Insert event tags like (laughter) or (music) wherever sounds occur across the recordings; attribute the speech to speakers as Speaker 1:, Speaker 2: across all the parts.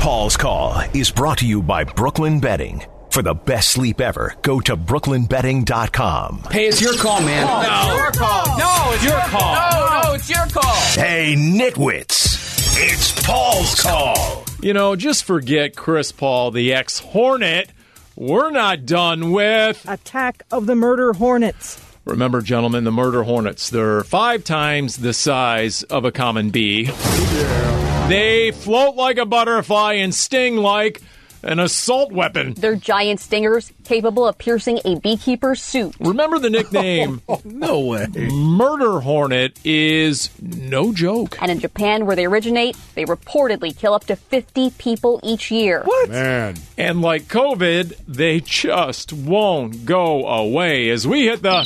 Speaker 1: Paul's Call is brought to you by Brooklyn Betting. For the best sleep ever, go to brooklynbetting.com.
Speaker 2: Hey, it's your call, man.
Speaker 3: It's your call. No, it's
Speaker 2: Your call.
Speaker 3: No, no, it's your call.
Speaker 1: Hey, nitwits, it's Paul's Call.
Speaker 4: You know, just forget Chris Paul, the ex Hornet. We're not done with.
Speaker 5: Attack of the Murder Hornets.
Speaker 4: Remember, gentlemen, the murder hornets, they're five times the size of a common bee. They float like a butterfly and sting like an assault weapon.
Speaker 6: They're giant stingers capable of piercing a beekeeper's suit.
Speaker 4: Remember the nickname
Speaker 7: (laughs) No way.
Speaker 4: Murder Hornet is no joke.
Speaker 6: And in Japan, where they originate, they reportedly kill up to 50 people each year.
Speaker 7: Man.
Speaker 4: And like COVID, they just won't go away as we hit the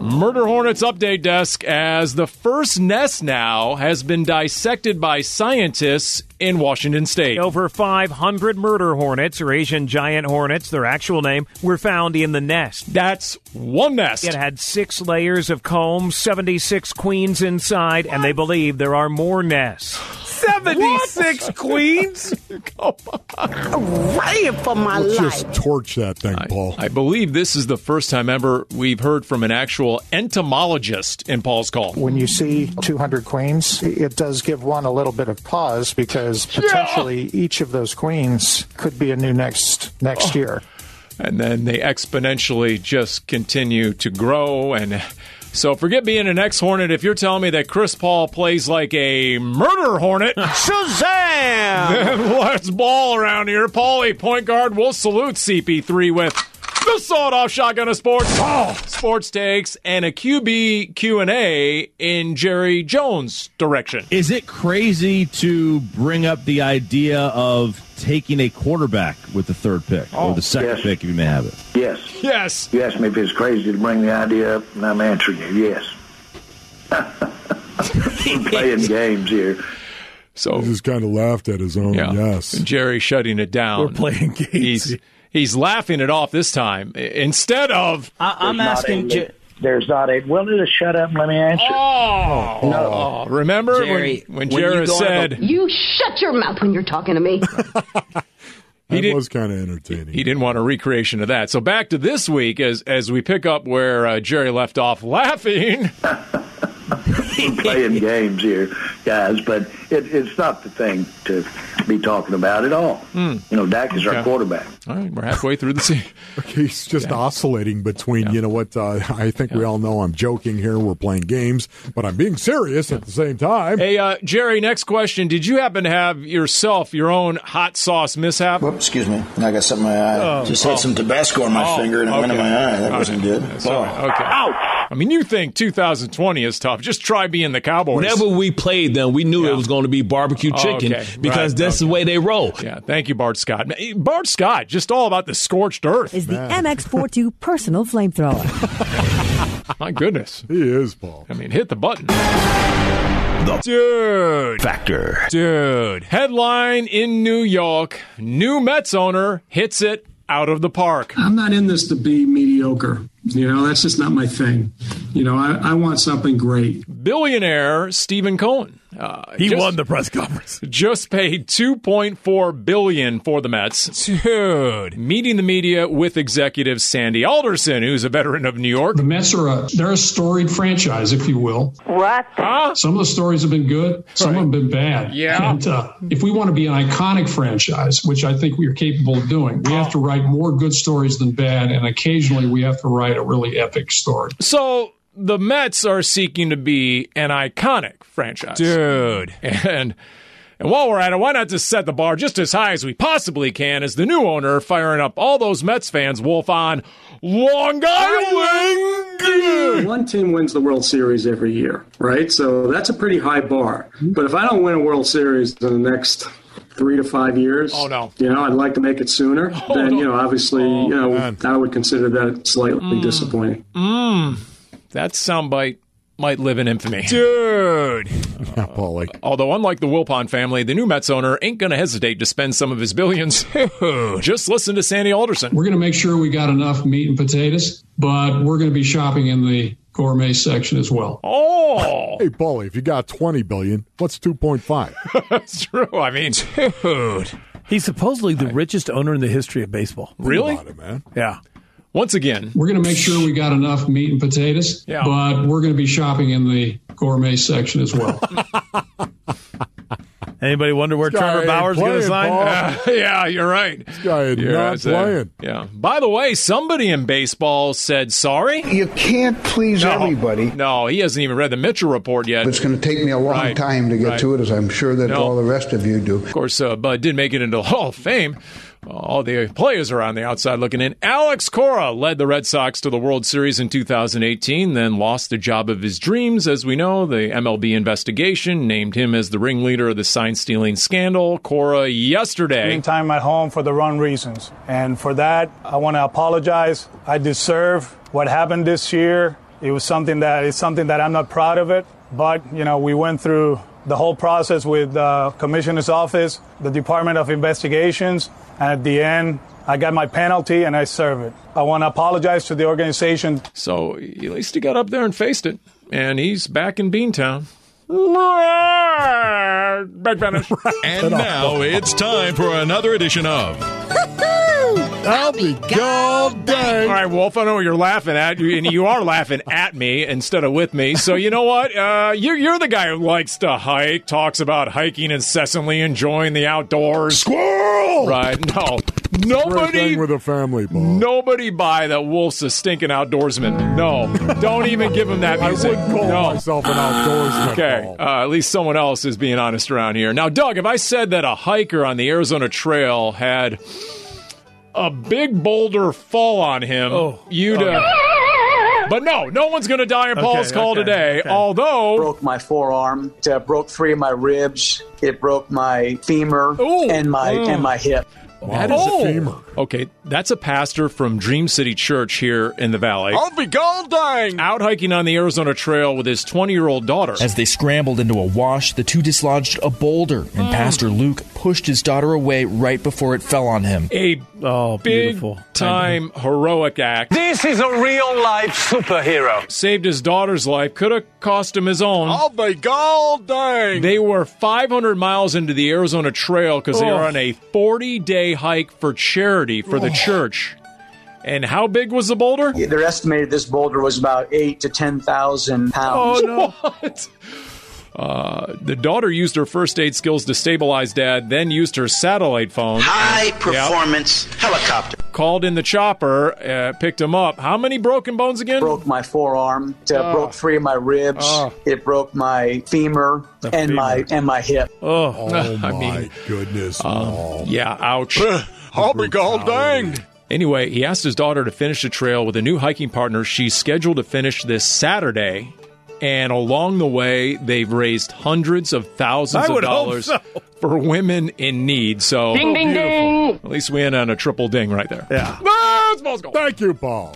Speaker 4: Murder Hornets update desk as the first nest now has been dissected by scientists in Washington state.
Speaker 8: Over 500 murder hornets, or Asian giant hornets, their actual name, were found in the nest.
Speaker 4: That's one nest.
Speaker 8: It had six layers of combs, 76 queens inside, and they believe there are more nests.
Speaker 3: 76 queens?
Speaker 9: Pray for my
Speaker 7: Let's
Speaker 9: life.
Speaker 7: just torch that thing, Paul.
Speaker 4: I believe this is the first time ever we've heard from an actual entomologist in Paul's call.
Speaker 10: when you see 200 queens, it does give one a little bit of pause because potentially each of those queens could be a new next next year.
Speaker 4: and then they exponentially just continue to grow and so forget being an ex-hornet if you're telling me that chris paul plays like a murder hornet (laughs)
Speaker 3: Shazam!
Speaker 4: then let's ball around here paulie point guard will salute cp3 with the sawed-off shotgun of sports sports takes and a qb q&a in jerry jones direction
Speaker 11: Is it crazy to bring up the idea of taking a quarterback with the third pick or the second
Speaker 12: Oh, yes.
Speaker 11: pick if you may have it?
Speaker 12: Yes.
Speaker 4: yes
Speaker 12: You asked me if it's crazy to bring the idea up, and I'm answering you
Speaker 2: (laughs)
Speaker 12: yes. We're playing games here.
Speaker 4: so
Speaker 7: He just kind of laughed at his own
Speaker 4: Yeah.
Speaker 7: Oh, yes.
Speaker 4: Jerry shutting it down.
Speaker 7: We're playing games.
Speaker 4: He's he's laughing it off this time I- instead of
Speaker 3: I- I'm
Speaker 12: There's not
Speaker 3: asking
Speaker 12: a-
Speaker 3: Jer-
Speaker 5: (laughs)
Speaker 12: There's not a. Well, just shut up and let me answer.
Speaker 4: oh, Oh, remember when-
Speaker 3: Jerry,
Speaker 4: when,
Speaker 3: when
Speaker 4: Jerry
Speaker 3: you go on
Speaker 4: said
Speaker 9: You shut your mouth when you're talking to me.
Speaker 7: That
Speaker 4: did-
Speaker 7: was kind of
Speaker 4: (laughs)
Speaker 7: entertaining.
Speaker 4: he didn't want a recreation of that. So back to this week as as we pick up where uh, Jerry left off laughing. (laughs)
Speaker 12: We're playing games here, guys, but it, it's not the thing to be talking about at all.
Speaker 2: Hmm.
Speaker 12: You know, Dak is
Speaker 4: Okay.
Speaker 12: our quarterback.
Speaker 4: All right, we're halfway through the season.
Speaker 7: He's just oscillating between, you know what, uh, I think we all know I'm joking here. We're playing games, but I'm being serious at the same time.
Speaker 4: Hey, uh, Jerry, next question. Did you happen to have yourself your own hot sauce mishap?
Speaker 12: Whoops, excuse me. I got something in my eye. Just had some Tabasco on my
Speaker 4: Oh,
Speaker 12: finger and it went in
Speaker 4: okay.
Speaker 12: my eye. That
Speaker 4: All
Speaker 12: wasn't
Speaker 4: right.
Speaker 12: good.
Speaker 4: That's all right. Okay. I mean, you think 2020 is tough. Just try being the Cowboys.
Speaker 13: Whenever we played them, we knew it was going to be barbecue
Speaker 4: Oh,
Speaker 13: chicken
Speaker 4: okay.
Speaker 13: because
Speaker 4: Right,
Speaker 13: that's the
Speaker 4: okay.
Speaker 13: way they roll.
Speaker 4: Yeah, thank you, Bart Scott. Bart Scott, just all about the scorched earth.
Speaker 5: Is the MX42 personal flamethrower.
Speaker 4: My goodness.
Speaker 7: He is, Paul.
Speaker 4: I mean, hit the button.
Speaker 1: The
Speaker 4: Dude,
Speaker 1: Factor.
Speaker 4: dude. Headline in New York New Mets owner hits it out of the park.
Speaker 10: I'm not in this to be mediocre. You know, that's just not my thing. You know, I, I want something great.
Speaker 4: Billionaire Stephen Cohen. Uh,
Speaker 3: He
Speaker 4: just,
Speaker 3: won the press conference.
Speaker 4: (laughs) just paid 2.4 billion for the Mets. Dude, meeting the media with executive Sandy Alderson, who's a veteran of New York.
Speaker 10: The Mets are a they're a storied franchise, if you will.
Speaker 9: what?
Speaker 10: Some of the stories have been good, some of them have been bad.
Speaker 4: Yeah.
Speaker 10: And uh, if we want to be an iconic franchise, which I think we are capable of doing, we have to write more good stories than bad, and occasionally we have to write a really epic story.
Speaker 4: So the Mets are seeking to be an iconic franchise. Dude. And and while we're at it, why not just set the bar just as high as we possibly can as the new owner firing up all those Mets fans wolf on Long Island.
Speaker 10: One team wins the World Series every year, right? So that's a pretty high bar. But if I don't win a World Series in the next three to five years,
Speaker 4: Oh, no. (laughs) Oh,
Speaker 10: you know, I'd like to make it sooner. then you know, obviously, you know,
Speaker 7: man.
Speaker 10: I would consider that slightly disappointing.
Speaker 4: That soundbite might live in infamy. Dude.
Speaker 7: Yeah, Paul, like,
Speaker 4: Although, unlike the Wilpon family, the new Mets owner ain't going to hesitate to spend some of his billions. Just listen to Sandy Alderson.
Speaker 10: We're going to make sure we got enough meat and potatoes, but we're going to be shopping in the gourmet section as well.
Speaker 4: Oh, (laughs)
Speaker 7: hey, Paulie, if you got twenty billion, what's two point five?
Speaker 4: That's true. I mean, dude.
Speaker 2: He's supposedly the richest owner in the history of baseball.
Speaker 4: Really?
Speaker 2: Yeah.
Speaker 4: Once again,
Speaker 10: We're going to make sure we got enough meat and potatoes,
Speaker 4: Yeah.
Speaker 10: but we're going to be shopping in the gourmet section
Speaker 3: (laughs)
Speaker 10: as well.
Speaker 2: Anybody wonder where
Speaker 10: This guy
Speaker 2: Trevor
Speaker 10: ain't
Speaker 2: Bauer's going to
Speaker 10: playing,
Speaker 2: sign?
Speaker 4: (laughs)
Speaker 10: Paul.
Speaker 4: yeah, you're right. This
Speaker 7: guy is
Speaker 4: Yeah,
Speaker 7: not
Speaker 4: it's, uh,
Speaker 7: playing.
Speaker 4: yeah. By the way, somebody in baseball said sorry. You can't please everybody. No, he hasn't even read the Mitchell report yet.
Speaker 14: It's going to take me a long
Speaker 4: Right,
Speaker 14: time to get
Speaker 4: right.
Speaker 14: to it, as I'm sure that
Speaker 4: No.
Speaker 14: all the rest of you do.
Speaker 4: Of course, uh, Bud did make it into the Hall of Fame. All the players are on the outside looking in. Alex Cora led the Red Sox to the World Series in 2018, then lost the job of his dreams. As we know, the MLB investigation named him as the ringleader of the sign stealing scandal. Cora yesterday.
Speaker 15: Spending time at home for the wrong reasons. And for that, I want to apologize. I deserve what happened this year. It was something that is something that I'm not proud of it. But, you know, we went through the whole process with the commissioner's office, the Department of Investigations, and at the end, I got my penalty and I serve it. I want to apologize to the organization.
Speaker 4: So at least he got up there and faced it, and he's back in Beantown. Big (laughs) finish.
Speaker 16: And now it's time for another edition of.
Speaker 4: I'll be gold dang. All right, Wolf, I know what you're laughing at, you- and you are laughing at me instead of with me. So you know what? Uh, you're, you're the guy who likes to hike, talks about hiking incessantly, enjoying the outdoors. Squirrel! Right, no. Nobody
Speaker 7: Everything with a family. Paul.
Speaker 4: Nobody buy that Wolf's a stinking outdoorsman. No, don't even give him that music. I would call
Speaker 7: myself an outdoorsman.
Speaker 4: Okay, (laughs) uh, at least someone else is being honest around here. Now, Doug, if I said that a hiker on the Arizona Trail had a big boulder fall on him,
Speaker 17: Oh,
Speaker 4: you'd. Uh, But no, no one's going to die in Paul's
Speaker 17: Okay,
Speaker 4: call
Speaker 17: okay,
Speaker 4: today. Although
Speaker 17: broke my forearm, it uh, broke three of my ribs, it broke my femur and my
Speaker 4: Mm.
Speaker 17: and my hip.
Speaker 4: That is a femur. oh, Okay, that's a pastor from Dream City Church here in the valley.
Speaker 3: I'll
Speaker 4: be gold dang! Out hiking on the Arizona Trail with his 20 year old daughter.
Speaker 18: As they scrambled into a wash, the two dislodged a boulder, and Pastor Luke pushed his daughter away right before it fell on him.
Speaker 4: a big time heroic act. This is a real life superhero. Saved his daughter's life, could have cost him his own.
Speaker 3: I'll
Speaker 4: be gold dang. They were 500 miles into the Arizona Trail because they
Speaker 3: Oh.
Speaker 4: were on a 40 day hike for charity for the
Speaker 17: Oh.
Speaker 4: church. And how big was the boulder?
Speaker 17: Yeah, They're estimated this boulder was about eight to ten thousand pounds.
Speaker 4: (laughs) Oh, What? Uh, the daughter used her first aid skills to stabilize dad, then used her satellite phone.
Speaker 19: High performance helicopter.
Speaker 4: Called in the chopper, uh, picked him up. How many broken bones again?
Speaker 17: Broke my forearm, it uh,
Speaker 4: Ah.
Speaker 17: broke three of my ribs,
Speaker 4: Ah.
Speaker 17: it broke my femur
Speaker 4: The
Speaker 17: and my
Speaker 4: femur.
Speaker 17: and my hip.
Speaker 4: Oh,
Speaker 7: my
Speaker 4: um,
Speaker 7: goodness!
Speaker 4: Yeah, ouch. I'll be called danged. Anyway, he asked his daughter to finish the trail with a new hiking partner she's scheduled to finish this Saturday. And along the way, they've raised hundreds of thousands
Speaker 3: I
Speaker 4: of
Speaker 3: would hope
Speaker 4: dollars
Speaker 3: so.
Speaker 4: for women in need. So,
Speaker 3: Ding, ding, ding.
Speaker 4: At least we end on a triple ding right there. Yeah.
Speaker 3: Ah, it's Paul's goal.
Speaker 7: Thank you, Paul.